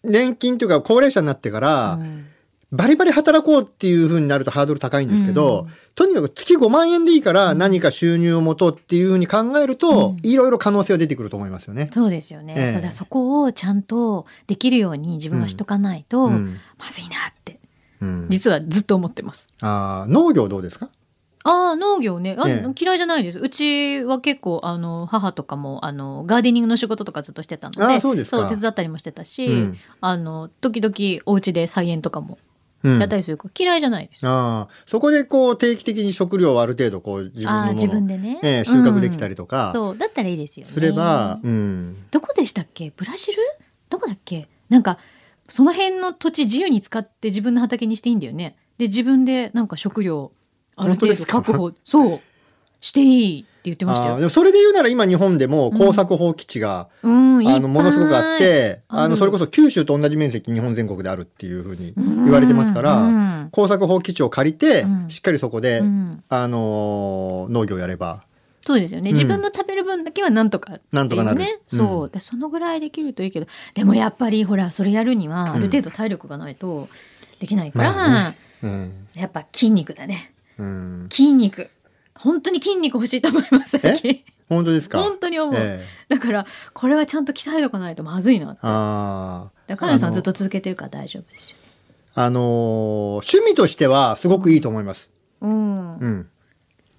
D: 年金というか高齢者になってから、
C: うん
D: バリバリ働こうっていう風になるとハードル高いんですけど、
C: う
D: とにかく月5万円でいいから何か収入を持とうっていう風に考えると、いろいろ可能性は出てくると思いますよね。
C: そうですよね、
D: ええ
C: そうだからそこをちゃんとできるように自分はしとかないと、
D: うん
C: まずいなって
D: うん、
C: 実はずっと思ってます。
D: あー農業どうですか
C: ああ農業ねあ、
D: ええ
C: 嫌いじゃないですうちは結構あの母とかもあのガーデニングの仕事とかずっとしてたので
D: ああそうですか
C: 手伝ったりもしてたし、
D: うん
C: あの時々お家で菜園とかも
D: うん
C: やったりするから、嫌いじゃないです。
D: ああそこでこう定期的に食料をある程度こう自分のも
C: あ
D: の
C: あ
D: を
C: 自分でね、
D: ええ収穫できたり
C: と
D: とか、
C: そうだったらいいですよね。
D: すれば、うん、
C: どこでしたっけブラジルどこだっけなんかその辺の土地自由に使って自分の畑にしていいんだよね。で自分でなんか食料ある
D: 本当
C: 程
D: で
C: 度
D: すか
C: 確保そうしていいって言ってました
D: あー
C: よ。
D: でもそれで言うなら今日本でも耕作放棄地が、
C: うん、いっぱい
D: あのものすごくあってあ
C: ある
D: のそれこそ九州と同じ面積日本全国であるっていうふうに言われてますか
C: うん
D: ら耕作放棄地を借りて
C: うん
D: しっかりそこで、
C: うん
D: あのー農業やれば
C: そうですよね、
D: うん
C: 自分の食べる分だけはなんとかっていうね
D: なんとかなるうん
C: そうでそのぐらいできるといいけどでもやっぱりほらそれやるにはある程度体力がないとできないから、
D: まあうん、
C: やっぱ筋肉だね
D: うん、
C: 筋肉本当に筋肉欲しいと思います
D: え
C: 最近
D: 本当ですか
C: 本当に思う、
D: ええ
C: だからこれはちゃんと鍛えとかないとまずいな
D: あー
C: だから彼女さ
D: あ
C: ん
D: の
C: ずっと続けてるから大丈夫ですよ、
D: あのー趣味としてはすごくいいと思います。
C: うん
D: うん。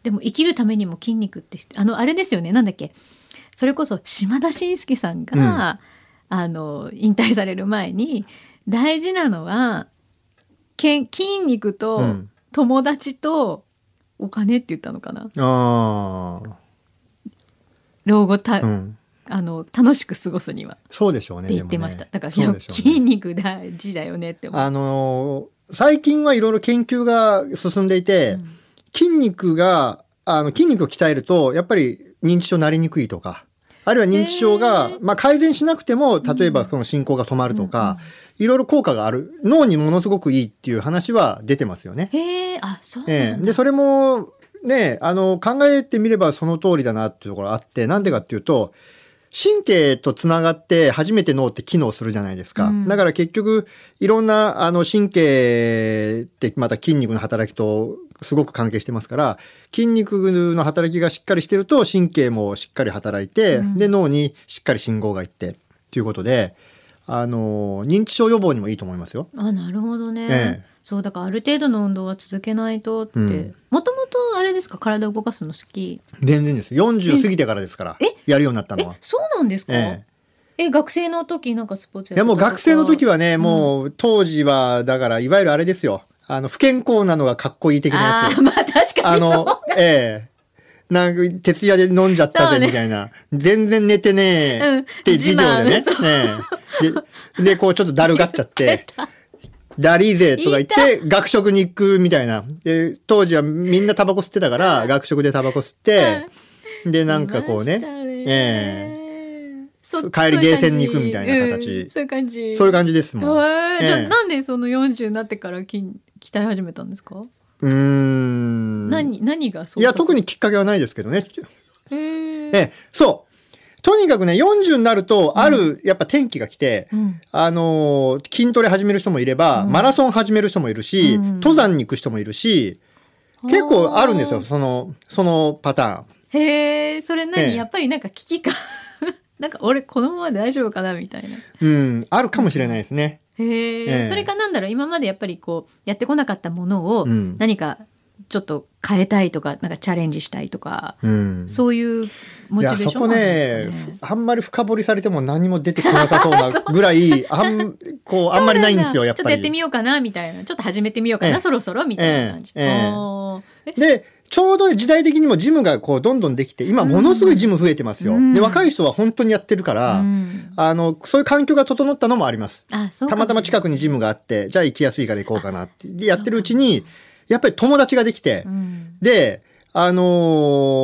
C: でも生きるためにも筋肉って必要あのあれですよねなんだっけそれこそ島田紳介さんが、あの引退される前に大事なのはけん筋肉
D: う
C: と
D: ん
C: 友達とお金って言ったのかな
D: ああ。
C: 老後た、
D: うん。
C: あの楽しく過ごすには
D: そうでしょう
C: っ
D: ね。
C: て言ってました、
D: でも
C: だ
D: ね
C: から、い
D: そ
C: や
D: うでしょうね
C: 筋肉大事だよねって思う
D: あのー最近はいろいろ研究が進んでいて、筋肉が、あの、筋肉を鍛えると、やっぱり認知症になりにくいとか、あるいは認知症が
C: へー、
D: まあ改善しなくても、例えばその進行が止まるとか、いろいろ効果がある。脳にものすごくいいっていう話は出てますよね。
C: へえあそうな
D: え
C: ん
D: え、
C: だ、
D: でそれもねあの考えてみればその通りだなっていうところあってなんでかっていうと神経とつながって初めて脳って機能するじゃないですか、
C: うん
D: だから結局いろんなあの神経ってまた筋肉の働きとすごく関係してますから筋肉の働きがしっかりしてると神経もしっかり働いて、
C: うん
D: で脳にしっかり信号がいってということであの認知症予防にもいいと思いますよ。
C: あなるほどね、
D: ええ
C: そうだからある程度の運動は続けないとって
D: うん
C: もともとあれですか体を動かすの好き
D: 全然です40過ぎてからですからやるようになった
C: え
D: のは。
C: そうなんですか、
D: え
C: え学生の時なんかスポーツ
D: いやもう学生の時
C: は
D: はね、もう当時は、だから、いわゆるあれですよ。あの、不健康なのがかっこいい的な
C: あ
D: や
C: ー
D: つ。
C: まあ確かにそう
D: あの、ええなんか、徹夜で飲んじゃった
C: そう
D: ぜ、
C: ね
D: みたいな。全然寝てね
C: うん
D: え。って授業でね。
C: 自
D: ええで、で、こうちょっとだるがっち ゃって。ダリーゼとか言って、学食に行くみたいな。で、当時はみんなタバコ吸ってたから、学食でタバコ吸って、で、なんかこうね
C: いました。
D: ええ
C: そ
D: そう帰りゲーセンに行くみたいな形
C: そういう感じ、うん
D: そう
C: そうい
D: いうう感じですもん。
C: 感じへーじゃあ
D: ええ
C: なんでその40になってから筋鍛え始めたんですか、
D: うーん。
C: 何何がそう
D: い
C: い
D: や、特にきっかけはないですけどね。
C: へー
D: ええ、そう。とにかくね、40になると、ある、やっぱ天気が来て、
C: うん
D: あのー筋トレ始める人もいれば、マラソン始める人もいるし、
C: うん
D: 登山に行く人もいるし、結構あるんです
C: あ
D: よ、
C: ー
D: その、そのパターン。
C: へえそれ何、
D: ええ
C: やっぱりなんか危機感 なんか俺このままで大丈夫かなみたいな
D: うん、あるかもしれないですね。
C: へえ
D: ええ
C: それかなんだろう今までやっぱりこうやってこなかったものを
D: うん
C: 何かちょっと変えたいとかなんかチャレンジしたいとか、
D: うん。
C: そういうモチベ
D: いや
C: ーショ
D: そ
C: ンも
D: こ
C: あるんで
D: ね
C: すかね
D: ふあんまり深掘りされても何も出てこなさそうなぐらいあんこうあんまりないんですよやっ
C: ちょっと
D: ぱり。
C: やってみようかなみたいなちょっと始めてみようかな、
D: ええ
C: そろそろみたいな感じ、
D: ええええ
C: おーえ
D: で、ちょうど時代的にもジムがこうどんどんできて、今ものすごいジム増えてますよ。
C: うん
D: で、若い人は本当にやってるから、
C: うん
D: あの、そういう環境が整ったのもあります。
C: あそう
D: たまたま近
C: く、
D: くにジムがあって、じゃあ行きやすいから行こうかなって。で、やってるうちに、やっぱり友達ができて
C: う、ん
D: で、あの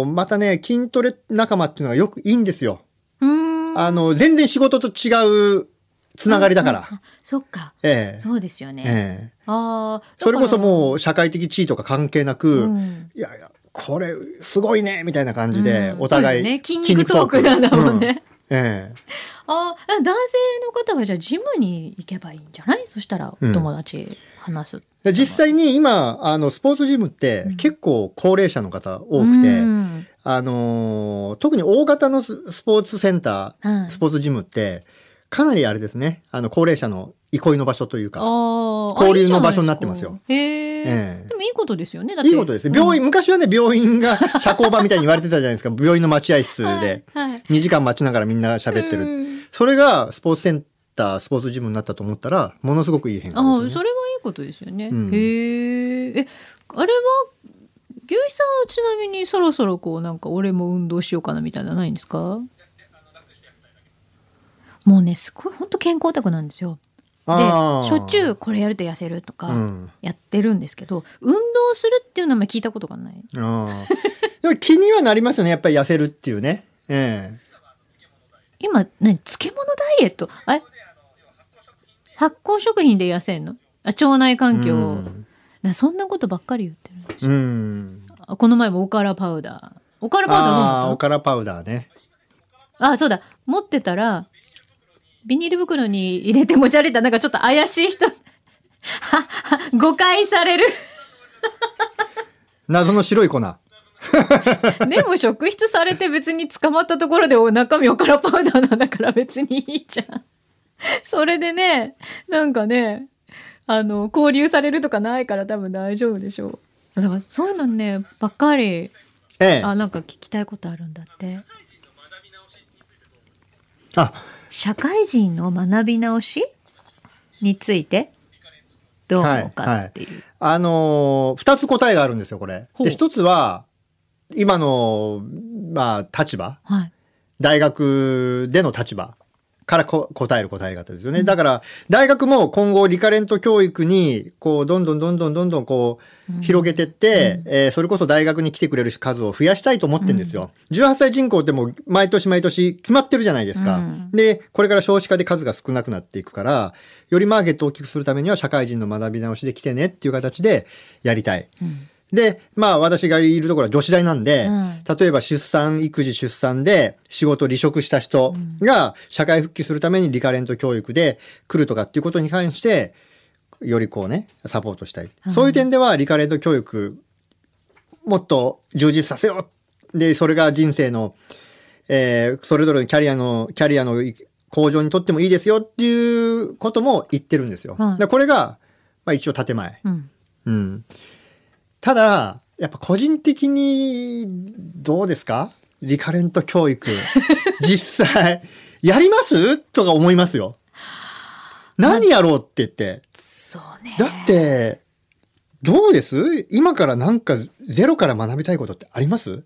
D: ーまたね、筋トレ仲間っていうのがよくいいんですよ。
C: うーん
D: あの、全然仕事と違うつながりだから。
C: あそっか
D: ええ
C: そうですよね、
D: ええ
C: ああ
D: それこそもう社会的地位とか関係なく、
C: うん
D: いやいや、これ、すごいねみたいな感じで、
C: うん
D: お
C: そ
D: 互い、
C: うですね、筋肉トークなんだもんね。
D: うん。ええ
C: ああ男性の方はじゃあジムに行けばいいんじゃないそしたらお友達話す。
D: で実際に今、あの、スポーツジムって結構高齢者の方多くて、
C: うん
D: あのー特に大型のススポーツセンター、
C: はい
D: スポーツジムって、かなりあれですね、あの、高齢者の憩いの場所という
C: あ
D: か、
C: ーあ
D: 交流の場所になってますよ。
C: いいじゃないですかへえ
D: ええ
C: でもいいことですよね。だって
D: いいことですね。病院、昔はね、病院が社交場みたいに言われてたじゃない ですか、病院の待合室
C: うんはい
D: で。
C: はい
D: 2時間待ちながらみんな喋ってる。
C: うん
D: それがスポーツセンター、スポーツジムになったと思ったら、ものすごくいい変化
C: あ
D: ですよ
C: ー
D: ね。
C: それはいいことですよね。
D: うん
C: へええあれは牛肥さんはちなみにそろそろこうなんか俺も運動しようかなみたいなのないんですかもうねすごい本当健康オタクなんですよ。でし
D: あー
C: ょっちゅうこれやると痩せると
D: う
C: か
D: ん
C: やってるんですけど、運動をするっていうのはあんまり聞いたことがない。
D: うんでも気にはなりますよね、やっぱり痩せるっていうね。ええ
C: 今、何漬物ダイエットあれ発酵食品で痩せんのあ、腸内環境
D: う
C: を
D: ん。
C: なそんなことばっかり言ってる。
D: うん。
C: あこの前もオカラパウダー。オカラパウダ
D: ああ
C: ー
D: ー、
C: 飲ん
D: お
C: だ
D: からパウダーね。
C: あ、そうだ。持ってたら、ビニール袋に入れて持ち歩いたなんかちょっと怪しい人、は、 は、誤解される。
D: 謎の白い粉。
C: でも職質されて別に捕まったところでお中身おからパウダーなんだから別にいいじゃん。それでね、なんかね、あの、交流されるとかないから多分大丈夫でしょう。だからそういうのね、ばっかり、
D: ええ。
C: あ、なんか聞きたいことあるんだって。
D: あ、
C: 社会人の学び直しについて、どう思うかっていう。
D: あのー二つ答えがあるんですよ、これ。
C: ほう
D: で、一つは、今の、まあ、立場。
C: はい。
D: 大学での立場からこ答える答え方ですよね。だから、大学も今後リカレント教育に、こう、どんどんどんどんどんどんこう、広げてって、えーそれこそ大学に来てくれる数を増やしたいと思ってんですよ。18歳人口ってもう毎年毎年決まってるじゃないですか。
C: うん
D: で、これから少子化で数が少なくなっていくから、よりマーケットを大きくするためには社会人の学び直しで来てねっていう形でやりたい。で、まあ私がいるところは女子大なんで、
C: うん
D: 例えば出産、育児、出産で仕事離職した人が社会復帰するためにリカレント教育で来るとかっていうことに関して、よりこうね、サポートしたい。そういう点ではリカレント教育、もっと充実させよう。で、それが人生の、えーそれぞれのキャリアの、キャリアの向上にとってもいいですよっていうことも言ってるんですよ。
C: はい
D: でこれが、まあ一応建前。
C: うん。
D: うん。ただ、やっぱ個人的に、どうですかリカレント 教育。実際、やりますとか思いますよ。何やろうって言って。
C: そうね。
D: だって、どうです今からなんかゼロから学びたいことってあります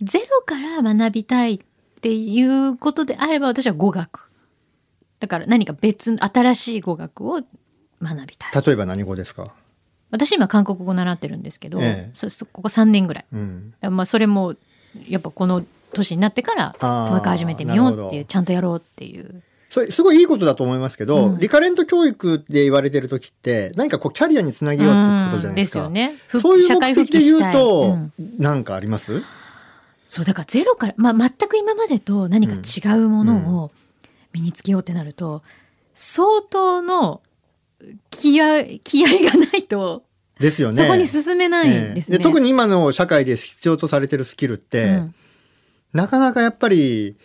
C: ゼロから学びたいっていうことであれば私は語学だから何か別の新しい語学を学びたい
D: 例えば何語ですか
C: 私今韓国語習ってるんですけど、
D: ええ
C: そそここ3年ぐらい
D: うん。
C: まあそれもやっぱこの年になってから
D: あー
C: もう一回始めてみよ
D: なる
C: うっ
D: ほ
C: ていう
D: ど
C: ちゃんとやろうっていう
D: それすごいいいことだと思いますけど、
C: うん
D: リカレント教育で言われてる時って何かこうキャリアにつなげようっていうことじゃ
C: うん
D: ない
C: で
D: ですす
C: よ
D: か。
C: ねふ
D: そういう
C: 社
D: 目
C: 会復
D: 的
C: 帰
D: で
C: し
D: 言
C: た
D: う
C: い
D: と
C: ん、
D: なんかあります
C: そうだからゼロから、まあ、全く今までと何か違うものを身につけようってなると、相当の気合気合がないと
D: ですよね。
C: そこに進めないんですね。
D: ええで特に今の社会で必要とされてるスキルって、
C: うん
D: なかなかやっぱり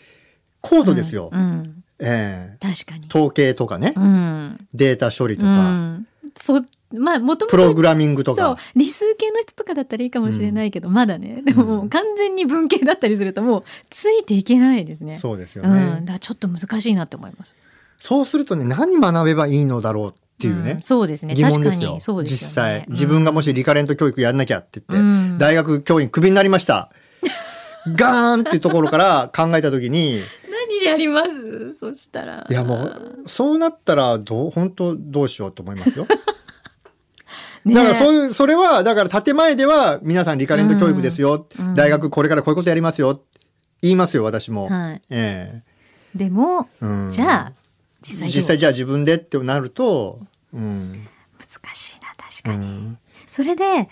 D: 高度ですよ。
C: うんうん
D: ええ
C: 確かに。
D: 統計とかね、
C: うん
D: データ処理と
C: う
D: か、
C: ん、そまあもとも
D: プロ
C: と
D: グラミングと
C: そう
D: か。
C: 理数系の人とかだったらいいかもしれないけど、まだねでももう完全に文系だったりするともうついていけないですね。
D: そうですよ
C: う
D: ね、
C: ん、だからちょっと難しいなって思います。
D: そうするとね、何学べばいいのだろうっていう
C: うん
D: ね、
C: そうですね。
D: 疑問です
C: 確か
D: よ
C: にそうですよね
D: 実際、自分がもしリカレント教育やんなきゃって言って、
C: うん
D: 大学教員クビになり ました。ガーンっていうところから考えたときに、
C: 何やりますそしたら
D: いやもう、そうなったら、どう、本当どうしようと思いますよ。
C: ね
D: だからそういう、それは、だから建前では、皆さんリカレント教育ですよ。
C: ん
D: 大学これからこういうことやりますよ。言いますよ、私も。
C: はい
D: え
C: でも、
D: えうん
C: じゃあ実際
D: 実際
C: で
D: じゃあ自分でってなると、うん。
C: も難しいな確
D: う
C: かに、
D: ん
C: それで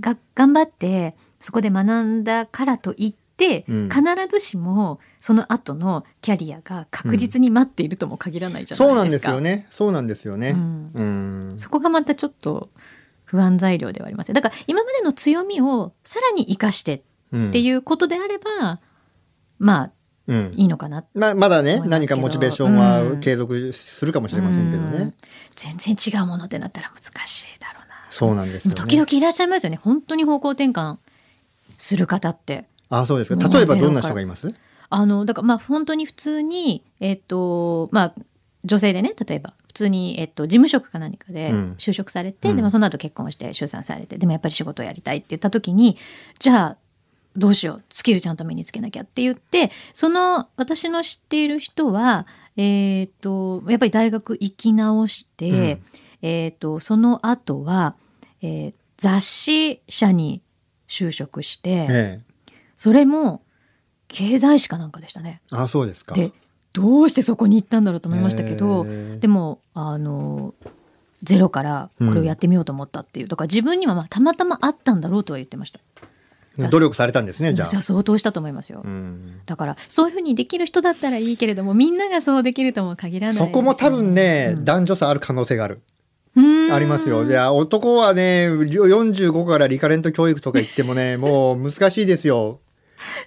C: が頑張ってそこで学んだからといって、
D: うん
C: 必ずしもその後のキャリアが確実に待っているとも限らないじゃ
D: そう
C: な
D: ないん
C: で
D: ですす
C: か、
D: よね。そうなんですよね。
C: うん
D: うん
C: そこがまたちょっと不安材料ではありませんだから今までの強みをさらに生かしてっ
D: うん
C: ていうことであれば、まあ
D: うん
C: いいのかな
D: まあ、まだね
C: 思いますけど
D: 何かモチベーションは継続するかもしれませんけどね、
C: うん全然違うものってなったら難しいだろうな
D: そうなんですよ、ね、
C: 時々いらっしゃいますよね本当に方向転換する方って
D: あそうですか
C: もう
D: 例えばどんな人がいます
C: あのだからまあ本当に普通にえっ、とまあ女性でね例えば普通に、えっと事務職か何かで
D: うん
C: 就職されて、
D: うん
C: でもその後結婚して出産されてでもやっぱり仕事をやりたいって言った時にじゃあどうしようスキルちゃんと身につけなきゃって言ってその私の知っている人はえっ、とやっぱり大学行き直して、
D: うん
C: えっ、とその後は、えー雑誌社に就職して、
D: ええ。
C: それも経済誌かなんかでしたね。
D: あ、そうですか。
C: でどうしてそこに行ったんだろうと思いましたけど、
D: へー
C: でもあのゼロからこれをやってみようと思ったっていう、だから自分には、まあ、たまたまあったんだろうとは言ってました。
D: 努力されたんですね、じゃ
C: 私
D: あ
C: は。相当したと思いますよ。
D: うん
C: だからそういうふうにできる人だったらいいけれどもみんながそうできるとも限らないですよ
D: そ
C: ね、
D: こも多分ね、
C: うん
D: 男女差ある可能性がある。
C: うん
D: ありますよ。いや、男はね、45からリカレント教育とか言って もね、もう難しいですよ。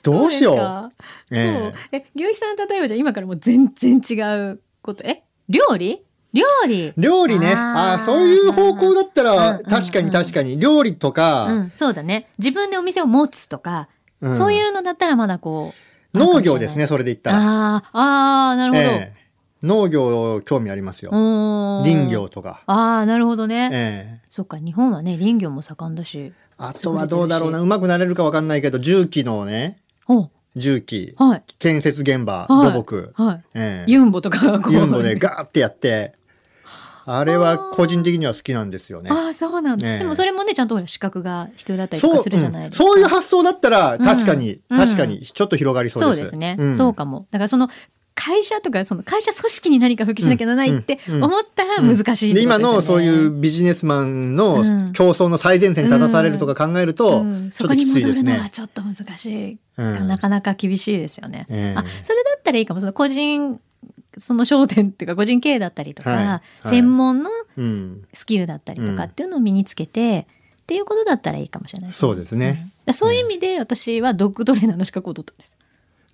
D: どうしよう。
C: そうです
D: え
C: かそうえ牛肥さん例えばじゃあ今からもう全然違うことえ料理料理
D: え料理ね。
C: あ
D: あ
C: ー
D: あー、そういう方向だった
C: うん
D: ら、
C: うん
D: 確かに確かに。料理と
C: う
D: か、
C: んそうだね自分でお店を持つとか、
D: うん
C: そういうのだったらまだこう
D: 農業ですね、
C: あ
D: それで言ったら。
C: あーあーなるほど、
D: ええ農業興味ありますよ。
C: おー
D: 林業とか。
C: ああなるほどね、
D: ええ
C: そっか日本はね林業も盛んだし
D: あとはどうだろうな。うまくなれるかわかんないけど、重機のね、
C: お
D: 重機、
C: はい
D: 建設現場、
C: はい
D: 土木。
C: はい
D: ええ
C: ユンボとかこう
D: ユンボ でガーってやって、あれは個人的には好きなんですよね。
C: ああそうなんだ、
D: ええ
C: でもそれもねちゃんとほら資格が必要だったりと
D: そう
C: かするじゃないですか、
D: うんそういう発想だったら、確かに、
C: うん
D: 確かに、ちょっと広がりそう
C: そう
D: です。
C: ですね、
D: ん
C: そうかもだからその会社とかその会社組織に何か復帰しなきゃならないって
D: うんうん
C: 思ったら難しいってことですよね、
D: で今のそういうビジネスマン
C: うん
D: の競争の最前線に立たされるとか考えると、
C: うん
D: ちょ
C: そこ
D: っ
C: とに
D: きつい
C: 戻
D: です
C: るのは
D: ね。
C: ちょっと難しい、
D: うん
C: なかなか厳しいですよね、
D: ええ
C: あそれだったらいいかもその個人その焦点っていうか個人経営だったりとか、
D: はいはい
C: 専門の
D: うん、
C: スキルだったりとかっていうのを身につけて、っていうことだったらいいかもしれない
D: そうです
C: うん
D: ね。
C: だそういう意味で私はドッグトレーナーの資格を取ったんです。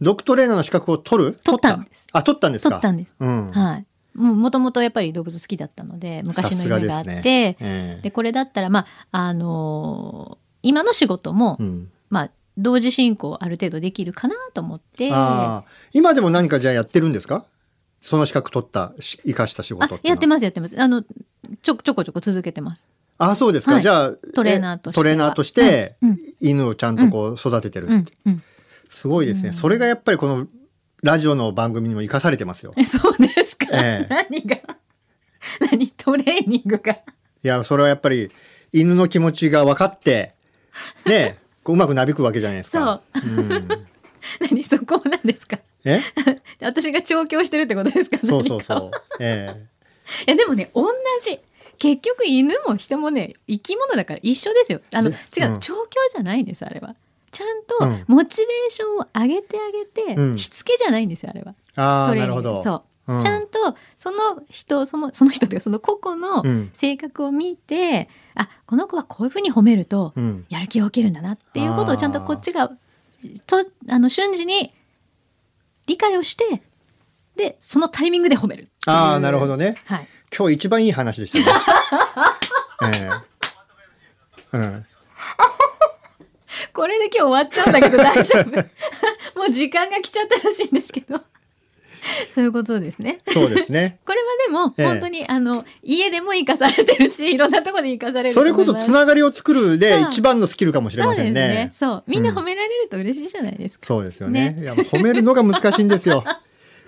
D: ドクトレーナーの資格を取る
C: 取ったんです
D: あ、取ったんです
C: 取
D: か
C: ったんです
D: うん。
C: はい。もうもともとやっぱり動物好きだったので昔の夢があっ
D: さす
C: て
D: が
C: で、
D: ええ
C: これだったらまああのー今の仕事も、
D: うん
C: まあ同時進行ある程度できるかなと思って
D: ああ今でも何かじゃあやってるんですかその資格取った、し生かした仕事っていう
C: あや
D: のは
C: ってますやってますあのちょちょこちょこ続けてます。
D: あ、そうですか。
C: はい
D: じゃあ、
C: トレーナーとしては
D: トレーナーとして
C: はいうん、
D: 犬をちゃんとこう育ててる。
C: うんうん。
D: すごいですね。それがやっぱりこのラジオの番組にも生かされてますよ。
C: えそうですか。
D: ええ
C: 何が何トレーニングが。
D: いや、それはやっぱり犬の気持ちが分かって、ね、こううまくなびくわけじゃないですか。うん
C: 何そこ なんですか。
D: え
C: 私が調教してるってことですか。
D: そうそう
C: 何か
D: そ
C: を
D: う。え
C: いやでもね同じ結局犬も人もね生き物だから一緒ですよあの違
D: で
C: う、
D: うん
C: 調教じゃないんですあれはちゃ
D: うんん
C: とモチベーションを上げてあげて、
D: うん
C: しつけじゃないんですよあれは
D: えあ
C: ト
D: あ、
C: レー
D: な
C: ニ
D: る
C: ン
D: ほ
C: グ
D: ど。
C: そう、
D: うん
C: ちゃんとその人そのその人というかその個々の
D: うん
C: 性格を見て、あこの子はこういうふうに褒めると
D: うん。
C: やる気が起きるんだなっていうことをちゃんとこっちがとあの瞬時に理解をしてでそのタイミングで褒めるっていう
D: ああ、なるほどね。
C: はい
D: 今日一番いい話でしたね。ええうん。
C: これで今日終わっちゃうんだ けど大丈夫 もう時間が来ちゃったらしいんですけどそういうことですね
D: そうですね。
C: これはで
D: ええ
C: も本当に、あの家でも生かされてるしいろんなところで生かされると
D: そ
C: 思
D: れ
C: いま
D: こ
C: す
D: そつながりを作るで
C: そう
D: 一番のスキルかもしれま
C: そう
D: せ
C: です
D: ん
C: ね
D: ね。
C: そうみんな
D: うん
C: 褒められると嬉しいじゃないですか、
D: そうですよね。
C: ね
D: いやもう褒めるのが難しいんですよ。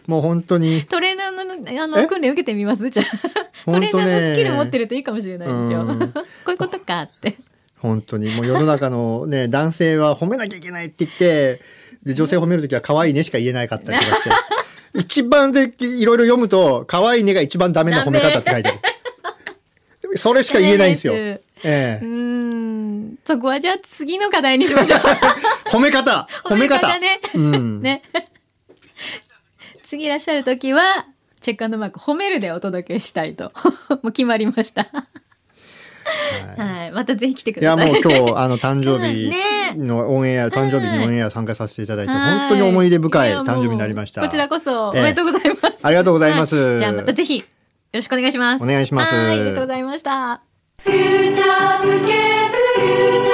D: もう本当に。
C: トレーナーのあの
D: え
C: 訓練受けてみますじゃあ、ト
D: 本
C: レー
D: 当
C: ナ
D: ね
C: ーのスキル持ってるといいかもしれないですよ
D: う
C: こ
D: ん
C: ういうことかって
D: 本当にもう世の中のね男性は褒めなきゃいけないって言ってで女性褒めるときは可愛いねしか言えなかったりとかして一番でいろいろ読むと可愛いねが一番ダメな褒め方って書いてあるそれしか言えないんですよ、
C: ダメ
D: え
C: です
D: え
C: うーんそこはじゃあ次の課題にしましょう
D: 褒め方 褒め方
C: ね、
D: うん、
C: ね。 次いらっしゃる時は、チェックアンドマーク褒めるでお届けしたいと。 もう決まりました。はい。またぜひ来てく
D: いや
C: ださ
D: もう
C: い。
D: 今日 あの誕生日
C: うん
D: のオンエア、誕生日のオンエア参加させていただいて、本当に思い出深い誕生日になりました
C: は。いいやもうこちらこそ、お
D: ええ
C: めでとうございます。
D: ありがとうございま す
C: はじゃあまたぜひ、よろしくお願いします。
D: お願いします
C: はいありがとうございました。
B: フューチャースケープフューチャ